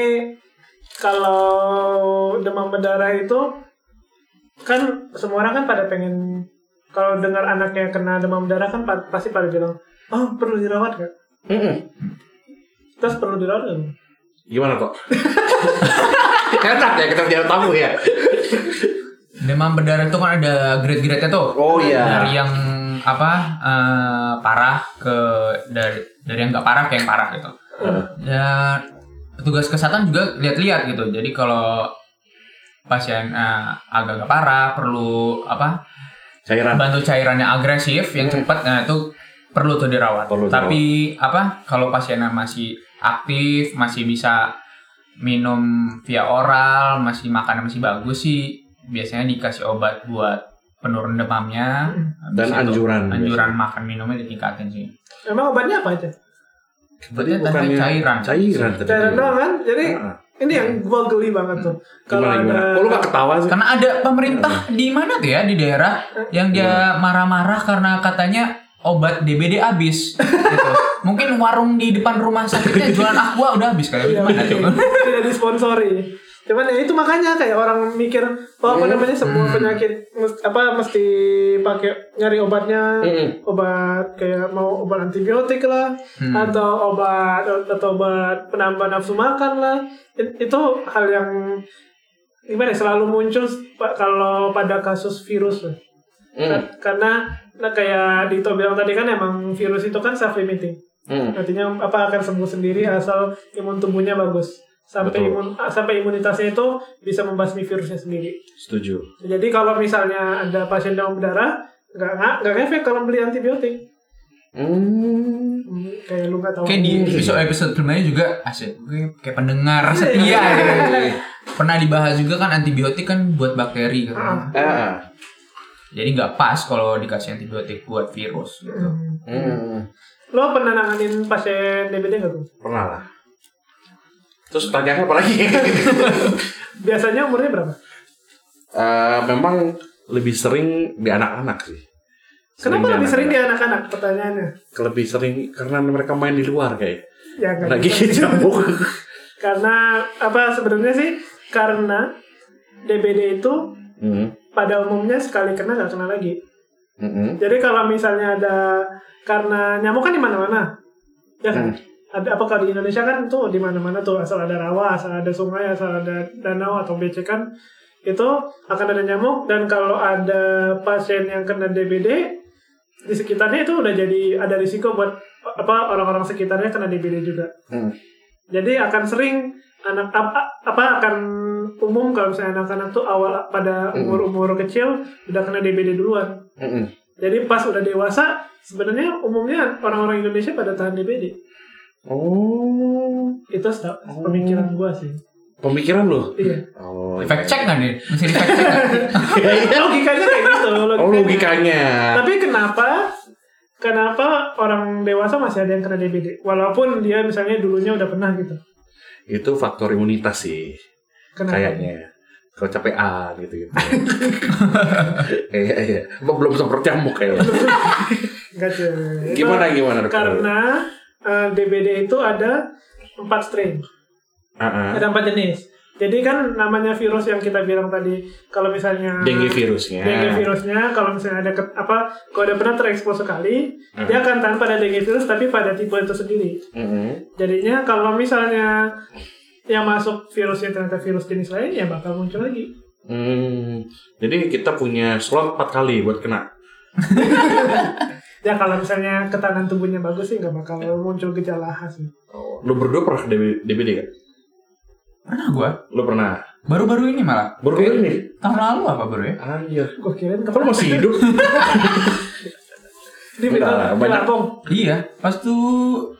[SPEAKER 2] kalau demam berdarah itu kan semua orang kan pada pengen kalau dengar anaknya kena demam berdarah kan pa- pasti pada bilang, "Oh, perlu dirawat gak?
[SPEAKER 3] Mm-mm.
[SPEAKER 2] Terus perlu dirawat nggak?
[SPEAKER 3] hmm. Gimana kok? Enak ya, kita bicara tamu ya.
[SPEAKER 4] Demam berdarah itu kan ada grade-grade-nya tuh.
[SPEAKER 3] Oh
[SPEAKER 4] dari
[SPEAKER 3] iya.
[SPEAKER 4] yang apa eh, parah ke dari dari yang nggak parah ke yang parah gitu
[SPEAKER 3] Heeh.
[SPEAKER 4] dan petugas Ya, kesehatan juga lihat-lihat gitu jadi kalau pasien eh, agak-agak parah perlu apa
[SPEAKER 3] Cairan.
[SPEAKER 4] bantu cairannya agresif yang
[SPEAKER 3] Hmm.
[SPEAKER 4] cepat nah itu perlu tuh dirawat
[SPEAKER 3] Perlu
[SPEAKER 4] tapi apa kalau pasiennya masih aktif masih bisa minum via oral masih makan masih bagus sih biasanya dikasih obat buat penurun demamnya Habis
[SPEAKER 3] Hmm. Dan
[SPEAKER 4] itu,
[SPEAKER 3] anjuran.
[SPEAKER 4] anjuran makan minumnya ditingkatin sih
[SPEAKER 2] Emang obatnya apa aja?
[SPEAKER 3] Tadi
[SPEAKER 4] Obatnya tadi
[SPEAKER 3] bukannya-
[SPEAKER 4] cairan
[SPEAKER 3] Cairan tadi.
[SPEAKER 2] Cairan doang kan? Jadi
[SPEAKER 3] Heeh.
[SPEAKER 2] ini yang gua geli banget tuh. Kalau
[SPEAKER 3] Gimana, gimana?
[SPEAKER 2] ada Kan-
[SPEAKER 3] Kok lu gak ketawa sih?
[SPEAKER 4] karena ada pemerintah
[SPEAKER 2] Iya.
[SPEAKER 4] di mana tuh ya di daerah yang dia marah-marah karena katanya obat DBD habis gitu. mungkin warung di depan rumah sakitnya jualan aqua udah habis kali
[SPEAKER 2] Iya,
[SPEAKER 4] Oh, gimana
[SPEAKER 2] oke.
[SPEAKER 4] tuh
[SPEAKER 2] tidak disponsori. Cuman ya itu makanya kayak orang mikir, oh apa namanya semua
[SPEAKER 4] Hmm.
[SPEAKER 2] penyakit mesti, apa mesti pakai nyari obatnya,
[SPEAKER 3] Mm-mm.
[SPEAKER 2] obat kayak mau obat antibiotik lah,
[SPEAKER 4] Hmm.
[SPEAKER 2] atau obat atau obat penambah nafsu makan lah. It- itu hal yang gimana ya, selalu muncul pa- kalau pada kasus virus lah.
[SPEAKER 3] Mm.
[SPEAKER 2] Karena nah, kayak Dito bilang tadi kan emang virus itu kan self limiting.
[SPEAKER 3] Mm.
[SPEAKER 2] Artinya apa akan sembuh sendiri asal imun tubuhnya bagus. Sampai
[SPEAKER 3] Betul.
[SPEAKER 2] imun ah, sampai imunitasnya itu bisa membasmi virusnya sendiri.
[SPEAKER 3] Setuju.
[SPEAKER 2] Jadi kalau misalnya ada pasien demam berdarah, nggak nggak nggak efek kalau beli antibiotik.
[SPEAKER 3] Mm.
[SPEAKER 2] Hmm, kayak lu nggak tahu.
[SPEAKER 4] Kayak di episode episode sebelumnya juga asik gue kayak pendengar
[SPEAKER 2] Iya,
[SPEAKER 4] setia gitu.
[SPEAKER 2] Eh.
[SPEAKER 3] Eh,
[SPEAKER 4] Pernah dibahas juga kan antibiotik kan buat bakteri gitu.
[SPEAKER 2] Ah.
[SPEAKER 3] Ah.
[SPEAKER 4] Jadi nggak pas kalau dikasih antibiotik buat virus gitu.
[SPEAKER 2] Hmm.
[SPEAKER 3] Mm.
[SPEAKER 2] Lo pernah nanganin pasien DBD nggak tuh?
[SPEAKER 3] Pernah lah. Terus tanya apa lagi?
[SPEAKER 2] Biasanya umurnya berapa?
[SPEAKER 3] Eh, memang lebih sering di anak-anak sih.
[SPEAKER 2] Kenapa lebih sering
[SPEAKER 3] anak-anak.
[SPEAKER 2] di anak-anak? Pertanyaannya.
[SPEAKER 3] Lebih sering karena mereka main di luar kayak.
[SPEAKER 2] Ya nggak
[SPEAKER 3] Lagi
[SPEAKER 2] bisa.
[SPEAKER 3] jambuk.
[SPEAKER 2] Karena apa sebenarnya sih? Karena DBD itu
[SPEAKER 3] Mm.
[SPEAKER 2] pada umumnya sekali kena nggak kena lagi.
[SPEAKER 3] Mm-mm.
[SPEAKER 2] Jadi kalau misalnya ada karena nyamuk kan di mana-mana, ya kan?
[SPEAKER 3] Hmm.
[SPEAKER 2] Ada apakah di Indonesia kan tuh di mana-mana tuh asal ada rawa, asal ada sungai, asal ada danau atau becekan itu akan ada nyamuk dan kalau ada pasien yang kena DBD di sekitarnya itu udah jadi ada risiko buat apa orang-orang sekitarnya kena DBD juga.
[SPEAKER 3] Mm.
[SPEAKER 2] Jadi akan sering anak apa, apa akan umum kalau misalnya anak-anak tuh awal pada
[SPEAKER 3] Hmm.
[SPEAKER 2] umur-umur kecil udah kena DBD duluan.
[SPEAKER 3] Mm-mm.
[SPEAKER 2] Jadi pas udah dewasa, sebenarnya umumnya orang-orang Indonesia pada tahan DBD.
[SPEAKER 3] Oh,
[SPEAKER 2] Itu se- pemikiran gua sih.
[SPEAKER 3] pemikiran lo.
[SPEAKER 2] Iya.
[SPEAKER 3] Oh, iya.
[SPEAKER 4] Fact check nggak nih? Mesti di fact check nggak?
[SPEAKER 2] logikanya kayak gitu.
[SPEAKER 3] Oh,
[SPEAKER 2] logikanya.
[SPEAKER 3] logikanya.
[SPEAKER 2] Tapi kenapa? Kenapa orang dewasa masih ada yang kena DBD? Walaupun dia misalnya dulunya udah pernah gitu.
[SPEAKER 3] Itu faktor imunitas sih.
[SPEAKER 2] Kenapa?
[SPEAKER 3] kayaknya kalau capean gitu gitu iya iya Emang belum semprot nyamuk kayaknya
[SPEAKER 2] Nggak, cuy. Itu
[SPEAKER 3] gimana gimana dokter
[SPEAKER 2] Karena eh, DBD itu ada empat strain.
[SPEAKER 3] Ah, ah.
[SPEAKER 2] Ada empat jenis. Jadi kan namanya virus yang kita bilang tadi. Kalau misalnya...
[SPEAKER 3] dengue virusnya
[SPEAKER 2] dengue virusnya kalau misalnya ada ke- apa kalau udah pernah terekspos sekali
[SPEAKER 3] Hmm.
[SPEAKER 2] dia akan tahan pada dengue virus tapi pada tipe itu sendiri
[SPEAKER 3] Mm-mm.
[SPEAKER 2] jadinya kalau misalnya yang masuk virusnya ternyata virus jenis lain ya bakal muncul lagi
[SPEAKER 3] Hmm. jadi kita punya slot 4 kali buat kena
[SPEAKER 2] ya kalau misalnya ketahanan tubuhnya bagus sih nggak bakal muncul gejala khas
[SPEAKER 3] lu berdua pernah DB- DBD gak?
[SPEAKER 4] Pernah gue.
[SPEAKER 3] lu pernah
[SPEAKER 4] Baru-baru ini malah.
[SPEAKER 3] baru kali ini
[SPEAKER 4] Tahun lalu apa baru ya?
[SPEAKER 3] anjir
[SPEAKER 2] gue kirain
[SPEAKER 3] kok lu
[SPEAKER 2] kemarin
[SPEAKER 3] masih hidup
[SPEAKER 2] di
[SPEAKER 3] Enggak,
[SPEAKER 2] Bintang- di
[SPEAKER 3] banyak.
[SPEAKER 2] Lampung
[SPEAKER 4] Iya. Pas tuh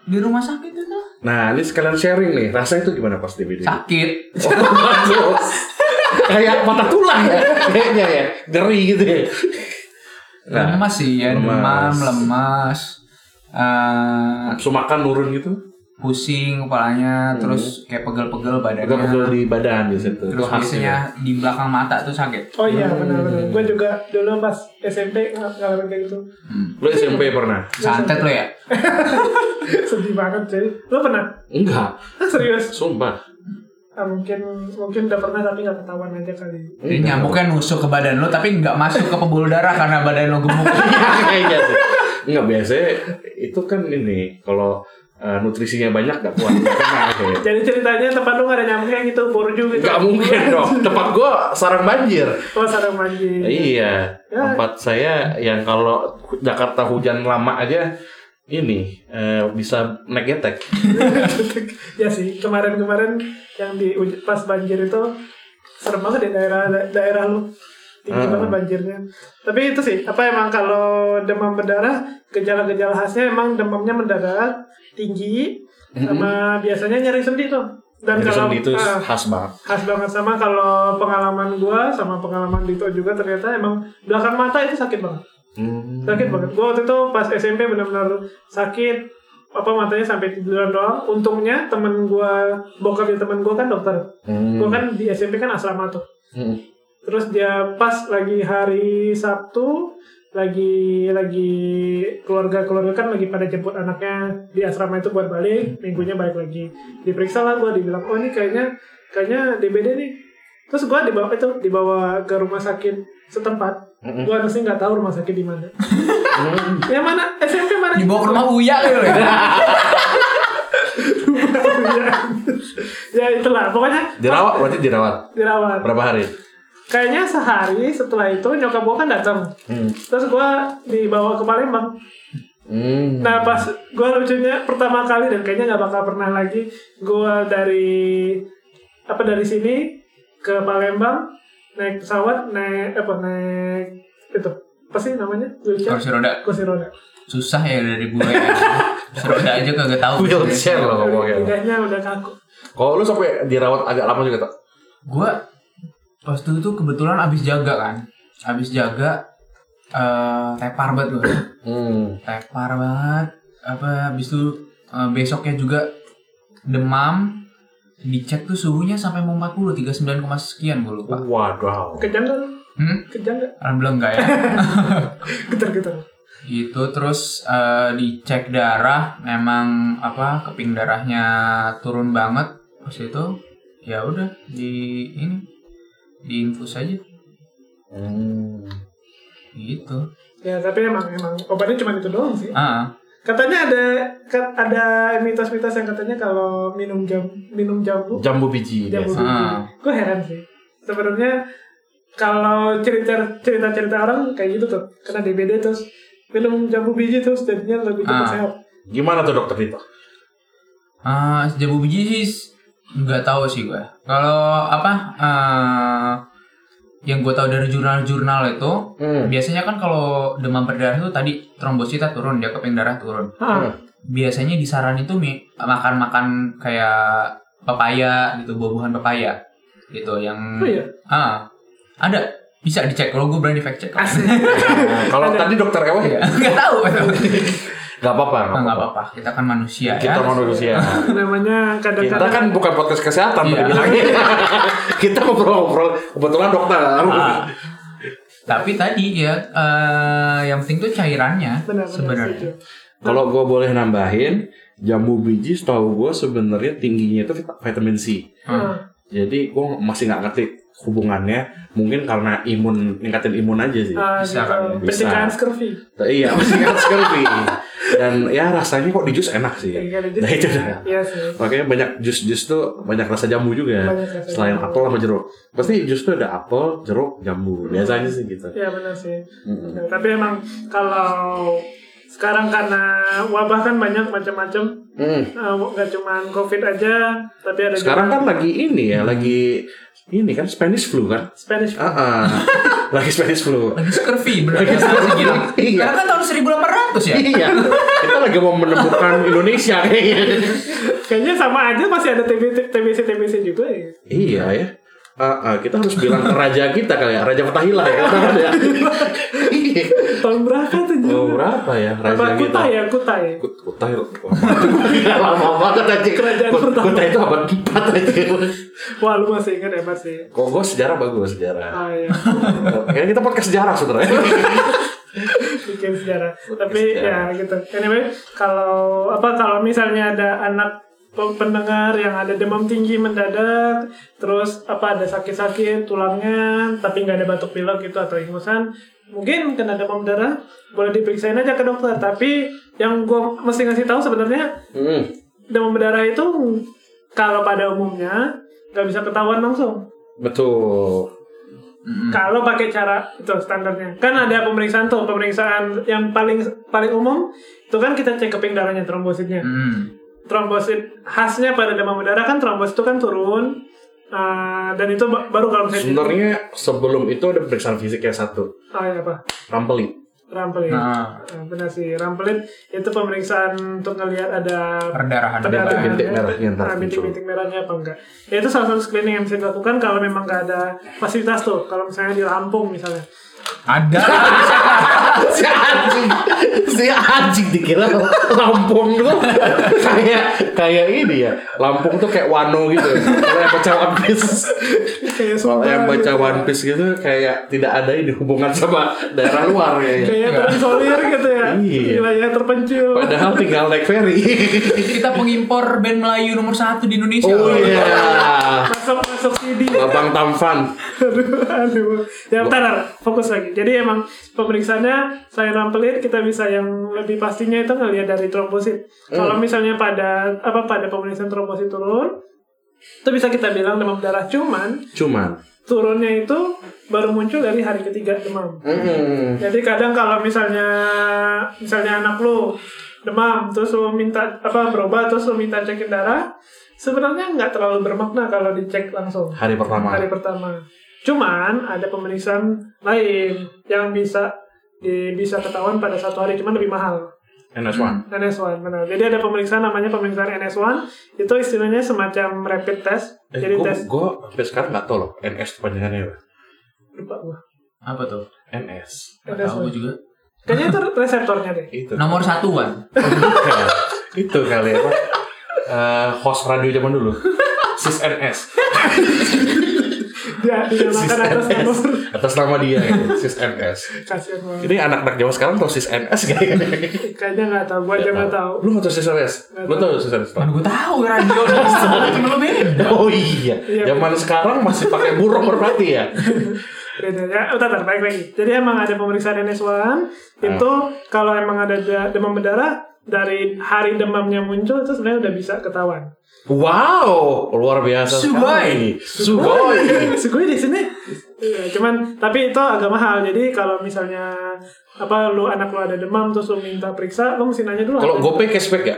[SPEAKER 4] di rumah sakit itu
[SPEAKER 3] nah ini sekalian sharing nih rasanya itu gimana pas DBD
[SPEAKER 4] sakit.
[SPEAKER 3] Oh, bagus. kayak patah tulang ya kayaknya ya nyeri gitu ya Nah,
[SPEAKER 4] Lemas sih ya,
[SPEAKER 3] lemas.
[SPEAKER 4] demam, lemas. Eh,
[SPEAKER 3] nafsu makan nurun gitu
[SPEAKER 4] pusing kepalanya, terus kayak pegel-pegel badannya.
[SPEAKER 3] agak pegel di ya. badan di situ
[SPEAKER 4] Terus biasanya di belakang mata tuh sakit.
[SPEAKER 2] oh
[SPEAKER 3] Hmm.
[SPEAKER 2] iya benar-benar gue juga dulu pas SMP ng- ngalamin kayak gitu
[SPEAKER 4] Hmm.
[SPEAKER 3] lu SMP pernah
[SPEAKER 4] Santet lo ya.
[SPEAKER 2] sedih banget jadi lo pernah
[SPEAKER 3] enggak
[SPEAKER 2] Hah, serius
[SPEAKER 3] sumpah
[SPEAKER 2] Ah, mungkin mungkin udah pernah tapi nggak ketahuan aja kali
[SPEAKER 4] Jadi nyamuknya nusuk ke badan lo tapi nggak masuk ke pembuluh darah karena badan lo gemuk.
[SPEAKER 3] Iya, kayaknya sih enggak biasanya itu kan ini kalau eh, nutrisinya banyak gak kuat nggak kena kayak.
[SPEAKER 2] Jadi ceritanya tempat lu gak ada nyamuk kayak gitu, borju gitu.
[SPEAKER 3] Nggak mungkin dong tempat gua sarang banjir
[SPEAKER 2] Oh, sarang mandi.
[SPEAKER 3] iya
[SPEAKER 2] Ya.
[SPEAKER 3] tempat saya yang kalau Jakarta hujan lama aja ini eh, bisa naik getek
[SPEAKER 2] ya sih, kemarin-kemarin yang di uj- pas banjir itu serem banget di daerah da- daerah lu. Tinggi
[SPEAKER 3] Ah.
[SPEAKER 2] banget banjirnya. Tapi itu sih, apa emang kalau demam berdarah, gejala-gejala khasnya emang demamnya mendadak, tinggi, sama biasanya nyeri sendi tuh. Dan
[SPEAKER 3] Jadi
[SPEAKER 2] kalau
[SPEAKER 3] Hmm. sendi itu
[SPEAKER 2] ah,
[SPEAKER 3] khas banget
[SPEAKER 2] khas banget sama kalau pengalaman gua sama pengalaman Dito juga ternyata emang belakang mata itu sakit banget.
[SPEAKER 3] Hmm.
[SPEAKER 2] sakit banget gue waktu itu pas SMP benar-benar sakit apa matanya sampai tiduran doang untungnya temen gue bokapnya temen gue kan dokter
[SPEAKER 3] Hmm.
[SPEAKER 2] gue kan di SMP kan asrama tuh
[SPEAKER 3] Hmm.
[SPEAKER 2] terus dia pas lagi hari Sabtu lagi lagi keluarga keluarga kan lagi pada jemput anaknya di asrama itu buat balik minggunya balik lagi diperiksa lah gue dibilang oh ini kayaknya kayaknya DBD nih terus gue dibawa itu dibawa ke rumah sakit setempat
[SPEAKER 3] Mm-mm.
[SPEAKER 2] gue asli nggak tahu rumah sakit di mana
[SPEAKER 3] Hmm.
[SPEAKER 2] ya mana SMP mana
[SPEAKER 4] Dibawa ke rumah Uya kali loh ya.
[SPEAKER 2] ya itulah pokoknya
[SPEAKER 3] Dirawat, berarti dirawat.
[SPEAKER 2] dirawat
[SPEAKER 3] Berapa hari?
[SPEAKER 2] kayaknya sehari setelah itu nyokap gue kan datang
[SPEAKER 3] Hmm.
[SPEAKER 2] terus gue dibawa ke Palembang
[SPEAKER 3] Hmm.
[SPEAKER 2] Nah pas gue lucunya pertama kali dan kayaknya nggak bakal pernah lagi gue dari apa dari sini ke Palembang naik pesawat naik apa naik itu apa sih namanya wheelchair
[SPEAKER 4] Kursi roda.
[SPEAKER 2] kursi roda
[SPEAKER 4] Susah ya dari gue. ya. Kursi roda aja kagak tahu.
[SPEAKER 3] Wheelchair loh ngomongnya.
[SPEAKER 2] lidahnya Iya, udah kaku
[SPEAKER 3] Kalau lu sampai dirawat agak lama juga tak?
[SPEAKER 4] Gue waktu itu kebetulan abis jaga kan. Abis jaga eh tepar banget gue.
[SPEAKER 3] Hmm.
[SPEAKER 4] Tepar banget. Apa abis itu eh, besoknya juga demam dicek tuh suhunya sampai mau 40 39, sekian gue lupa
[SPEAKER 3] Waduh.
[SPEAKER 2] kejang nggak lu?
[SPEAKER 4] hmm?
[SPEAKER 2] kejang nggak
[SPEAKER 4] Alhamdulillah enggak ya
[SPEAKER 2] getar getar
[SPEAKER 4] gitu terus eh, dicek darah memang apa keping darahnya turun banget pas itu ya udah di ini di infus aja
[SPEAKER 3] Hmm.
[SPEAKER 4] gitu
[SPEAKER 2] ya tapi emang emang obatnya cuma itu doang sih
[SPEAKER 4] ah
[SPEAKER 2] katanya ada ka- ada mitos-mitos yang katanya kalau minum jam minum jambu
[SPEAKER 3] Jambu biji
[SPEAKER 2] Jambu
[SPEAKER 3] biasa.
[SPEAKER 2] biji.
[SPEAKER 4] Ah.
[SPEAKER 2] Gue heran sih. Sebenarnya kalau cerita cerita cerita orang kayak gitu tuh, kena DBD terus minum jambu biji terus jadinya lebih cepat
[SPEAKER 4] Ah.
[SPEAKER 2] sehat.
[SPEAKER 3] Gimana tuh dokter Dito?
[SPEAKER 4] ah jambu biji sih s- nggak tahu sih gue kalau apa eh, yang gue tahu dari jurnal-jurnal itu
[SPEAKER 3] Hmm.
[SPEAKER 4] biasanya kan kalau demam berdarah itu tadi trombosita turun dia keping darah turun
[SPEAKER 2] Ah,
[SPEAKER 3] Hmm.
[SPEAKER 4] biasanya disaran itu mi- makan-makan kayak pepaya gitu buah-buahan pepaya gitu yang
[SPEAKER 2] oh iya.
[SPEAKER 4] ah ada bisa dicek kalau gue berani fact check
[SPEAKER 2] Asik.
[SPEAKER 3] Nah, Kalau tadi dokter Ewa ya?
[SPEAKER 4] nggak tahu
[SPEAKER 3] Gak apa-apa.
[SPEAKER 4] Nah, Iya. nggak apa-apa kita kan manusia
[SPEAKER 3] Kita
[SPEAKER 4] ya
[SPEAKER 3] manusia.
[SPEAKER 2] Namanya
[SPEAKER 3] Kita
[SPEAKER 2] kadang-kadang
[SPEAKER 3] kan bukan podcast kesehatan
[SPEAKER 4] Iya.
[SPEAKER 3] tadi bilangnya. Kita ngobrol-ngobrol kebetulan dokter. Nah,
[SPEAKER 4] Ah. tapi tadi ya eh, yang penting tuh cairannya
[SPEAKER 2] benar-benar setuju.
[SPEAKER 4] sebenarnya
[SPEAKER 3] Kalau gue boleh nambahin, jambu biji setahu gue sebenarnya tingginya itu vit- vitamin C.
[SPEAKER 4] Hmm.
[SPEAKER 2] Ah.
[SPEAKER 3] Jadi gue masih nggak ngerti hubungannya. Mungkin karena imun, ningkatin imun aja sih.
[SPEAKER 2] Ah,
[SPEAKER 4] Bisa
[SPEAKER 2] gitu.
[SPEAKER 4] kan,
[SPEAKER 3] bisa.
[SPEAKER 2] Pencegahan scurvy.
[SPEAKER 3] Iya, masih nggak sekali. Dan ya rasanya kok di jus enak sih.
[SPEAKER 2] Iya, di jus.
[SPEAKER 3] Nah itu dah.
[SPEAKER 2] Iya sih.
[SPEAKER 3] Makanya banyak jus-jus tuh banyak rasa jambu juga.
[SPEAKER 2] Banyak rasa
[SPEAKER 3] Selain
[SPEAKER 2] jambu.
[SPEAKER 3] apel sama jeruk. Pasti jus tuh ada apel, jeruk, jambu. Biasanya sih gitu.
[SPEAKER 2] Iya benar sih.
[SPEAKER 3] Mm-mm.
[SPEAKER 2] Benar. Tapi emang kalau sekarang karena wabah kan banyak macam-macam,
[SPEAKER 3] Mm.
[SPEAKER 2] Ah, nggak cuman COVID aja, tapi ada juga
[SPEAKER 3] Sekarang kan lagi ini ya, lagi ini kan Spanish flu kan?
[SPEAKER 2] Spanish
[SPEAKER 3] Ah, ah. lagi Spanish flu.
[SPEAKER 4] lagi scurvy benar
[SPEAKER 3] Lagi
[SPEAKER 4] Saya
[SPEAKER 3] scurvy,
[SPEAKER 4] bilang.
[SPEAKER 3] iya.
[SPEAKER 4] karena kan tahun 1800 ya
[SPEAKER 3] iya, kita lagi mau menemukan Indonesia kayaknya.
[SPEAKER 2] Kayaknya sama aja masih ada TBC TBC TBC juga ya.
[SPEAKER 3] iya ya. Ah, ah, kita harus bilang ke raja kita kali ya, Raja Fatahila ya. Karena ada. Iya.
[SPEAKER 2] Tahun berapa tuh juga?
[SPEAKER 3] oh, berapa ya Raja
[SPEAKER 2] Apa
[SPEAKER 3] kita?
[SPEAKER 2] Kutai ya Kutai.
[SPEAKER 3] Kut- Kutai Wah, lama banget aja.
[SPEAKER 2] Kerajaan
[SPEAKER 3] Kut-
[SPEAKER 2] pertama.
[SPEAKER 3] Kutai itu abad 4 aja.
[SPEAKER 2] Wah lu masih ingat hebat sih.
[SPEAKER 3] Kok gue sejarah bagus sejarah.
[SPEAKER 2] Oh iya,
[SPEAKER 3] Kayaknya kita podcast sejarah sebenarnya.
[SPEAKER 2] bikin sejarah. Tapi
[SPEAKER 3] sejarah.
[SPEAKER 2] ya gitu. Anyway, kalau apa kalau misalnya ada anak pe- pendengar yang ada demam tinggi mendadak, terus apa ada sakit-sakit tulangnya, tapi nggak ada batuk pilek gitu atau ingusan, mungkin kena demam darah, boleh diperiksain aja ke dokter. Tapi yang gua mesti ngasih tahu sebenarnya
[SPEAKER 3] Hmm.
[SPEAKER 2] demam berdarah itu kalau pada umumnya nggak bisa ketahuan langsung.
[SPEAKER 3] Betul.
[SPEAKER 4] Mm-mm.
[SPEAKER 3] Hmm.
[SPEAKER 2] Kalau pakai cara itu standarnya. Kan ada pemeriksaan tuh, pemeriksaan yang paling paling umum itu kan kita cek keping darahnya trombositnya.
[SPEAKER 3] Hmm.
[SPEAKER 4] Mm.
[SPEAKER 2] Trombosit khasnya pada demam berdarah kan trombosit itu kan turun eh, dan itu ba- baru kalau misalnya
[SPEAKER 3] Sebenarnya sebelum itu ada pemeriksaan fisik yang satu,
[SPEAKER 2] oh, iya, apa?
[SPEAKER 3] rampelin.
[SPEAKER 2] Rampelin.
[SPEAKER 4] nah
[SPEAKER 2] Eh, Benar sih, rampelin itu pemeriksaan untuk ngelihat ada
[SPEAKER 4] perdarahan
[SPEAKER 2] pendarahan
[SPEAKER 4] bebas.
[SPEAKER 3] Bintik merahnya Iya, ntar
[SPEAKER 2] nah, bintik
[SPEAKER 3] muncul.
[SPEAKER 2] bintik merahnya apa enggak ya itu salah satu screening yang bisa dilakukan kalau memang nggak ada fasilitas tuh kalau misalnya di Lampung misalnya
[SPEAKER 4] Ada lah, bisa.
[SPEAKER 3] Ah, si anjing si anjing dikira Lampung tuh kayak kayak ini ya Lampung tuh kayak Wano gitu kalau yang baca One Piece
[SPEAKER 2] Kayak
[SPEAKER 3] kalau yang
[SPEAKER 2] sumpah
[SPEAKER 3] baca
[SPEAKER 2] gitu.
[SPEAKER 3] One Piece gitu kayak tidak ada ini hubungan sama daerah luar ya
[SPEAKER 2] Kayak terisolir gitu ya.
[SPEAKER 3] Iya.
[SPEAKER 2] Wilayah terpencil.
[SPEAKER 3] padahal tinggal naik ferry
[SPEAKER 4] kita pengimpor band Melayu nomor satu di Indonesia.
[SPEAKER 3] oh iya
[SPEAKER 2] Masuk masuk CD.
[SPEAKER 3] Babang Tamfan
[SPEAKER 2] aduh, aduh. Ya, bentar, bentar. fokus lagi. Jadi emang pemeriksaannya selain rampelin kita bisa yang lebih pastinya itu ngelihat dari trombosit. Kalau misalnya pada apa pada pemeriksaan trombosit turun, itu bisa kita bilang demam darah cuman
[SPEAKER 3] cuman
[SPEAKER 2] turunnya itu baru muncul dari hari ketiga demam.
[SPEAKER 3] mm,
[SPEAKER 2] Jadi kadang kalau misalnya misalnya anak lu demam terus lu minta apa berobat terus lu minta cekin darah, sebenarnya nggak terlalu bermakna kalau dicek langsung
[SPEAKER 3] hari pertama
[SPEAKER 2] hari pertama. Cuman ada pemeriksaan lain yang bisa di- bisa ketahuan pada satu hari cuman lebih mahal.
[SPEAKER 3] NS1
[SPEAKER 2] NS1 benar. Jadi ada pemeriksaan namanya pemeriksaan NS1 itu istilahnya semacam rapid test.
[SPEAKER 3] eh,
[SPEAKER 2] Jadi
[SPEAKER 3] gue
[SPEAKER 2] tes
[SPEAKER 3] gue sampai sekarang nggak tau loh NS panjangannya apa.
[SPEAKER 2] lupa gua.
[SPEAKER 4] Apa tuh?
[SPEAKER 3] NS
[SPEAKER 4] Gak
[SPEAKER 2] Ada
[SPEAKER 4] tahu
[SPEAKER 2] soal.
[SPEAKER 4] juga.
[SPEAKER 2] Kayaknya itu reseptornya deh.
[SPEAKER 3] itu
[SPEAKER 4] Nomor satuan.
[SPEAKER 3] Bukan. itu kali apa Eh, host radio zaman dulu sis NS
[SPEAKER 2] Dia digunakan atas nomor.
[SPEAKER 3] atas nama dia gitu. sis NS
[SPEAKER 2] Kasihan banget.
[SPEAKER 3] ini anak-anak zaman sekarang tau sis NS kayaknya
[SPEAKER 2] Kayaknya nggak tahu, gua aja nggak tahu.
[SPEAKER 3] lu nggak tau sis NS lu tau sis NS
[SPEAKER 4] Mana gue Kan tahu radio nomor satu cuma lo beda.
[SPEAKER 3] oh iya
[SPEAKER 2] Iya.
[SPEAKER 3] zaman sekarang masih pakai burung berarti ya
[SPEAKER 2] Beda ya. Udah, ntar, balik lagi. Jadi emang ada pemeriksaan
[SPEAKER 3] Ah.
[SPEAKER 2] NS1 itu kalau emang ada de- demam berdarah dari hari demamnya muncul itu sebenarnya udah bisa ketahuan.
[SPEAKER 3] wow luar biasa sekali. sugoi
[SPEAKER 2] Sugoi di sini. Iya, cuman tapi itu agak mahal. Jadi kalau misalnya apa lu anak lu ada demam terus lu minta periksa, lu mesti nanya dulu.
[SPEAKER 3] kalau gopay cashback ya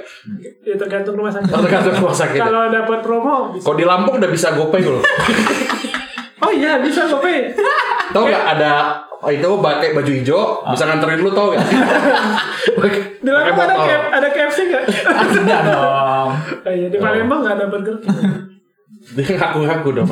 [SPEAKER 2] Ya, tergantung rumah sakit.
[SPEAKER 3] atau kata rumah sakit ya?
[SPEAKER 2] kalau dapat promo bisa.
[SPEAKER 3] kalau di Lampung udah bisa gopay loh
[SPEAKER 2] Oh iya, bisa GoPay.
[SPEAKER 3] Tau gak ada oh, itu pakai baju hijau bisa nganterin lu tau gak? Pakai-
[SPEAKER 2] Di Lampung
[SPEAKER 3] pakai
[SPEAKER 2] ada,
[SPEAKER 3] motor.
[SPEAKER 2] K- ada KFC nggak?
[SPEAKER 4] Ada dong.
[SPEAKER 2] Oh iya, di Palembang nggak ada burger. King.
[SPEAKER 3] Dia ngaku-ngaku dong.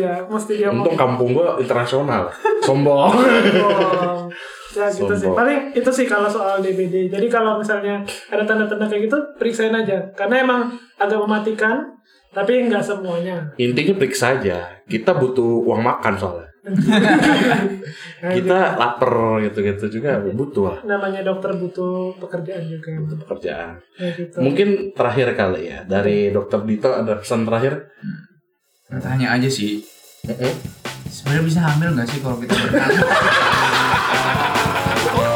[SPEAKER 2] iya, mesti dia mau.
[SPEAKER 3] Untung kampung gua internasional. Sombong.
[SPEAKER 2] Oh. Ya gitu sih.
[SPEAKER 3] Sombong.
[SPEAKER 2] Paling itu sih kalau soal DBD. Jadi kalau misalnya ada tanda-tanda kayak gitu, periksain aja. Karena emang agak mematikan, tapi nggak semuanya.
[SPEAKER 3] Intinya periksa aja. Kita butuh uang makan soalnya.
[SPEAKER 2] Nah,
[SPEAKER 3] Kita lapar gitu-gitu juga butuh lah
[SPEAKER 2] namanya dokter butuh pekerjaan juga.
[SPEAKER 3] pekerjaan.
[SPEAKER 2] Ya gitu.
[SPEAKER 3] Mungkin terakhir kali ya dari Dokter Dito ada pesan terakhir?
[SPEAKER 4] Nah, Tanya aja sih. Eh, Sebenarnya bisa hamil nggak sih kalau kita bertanya?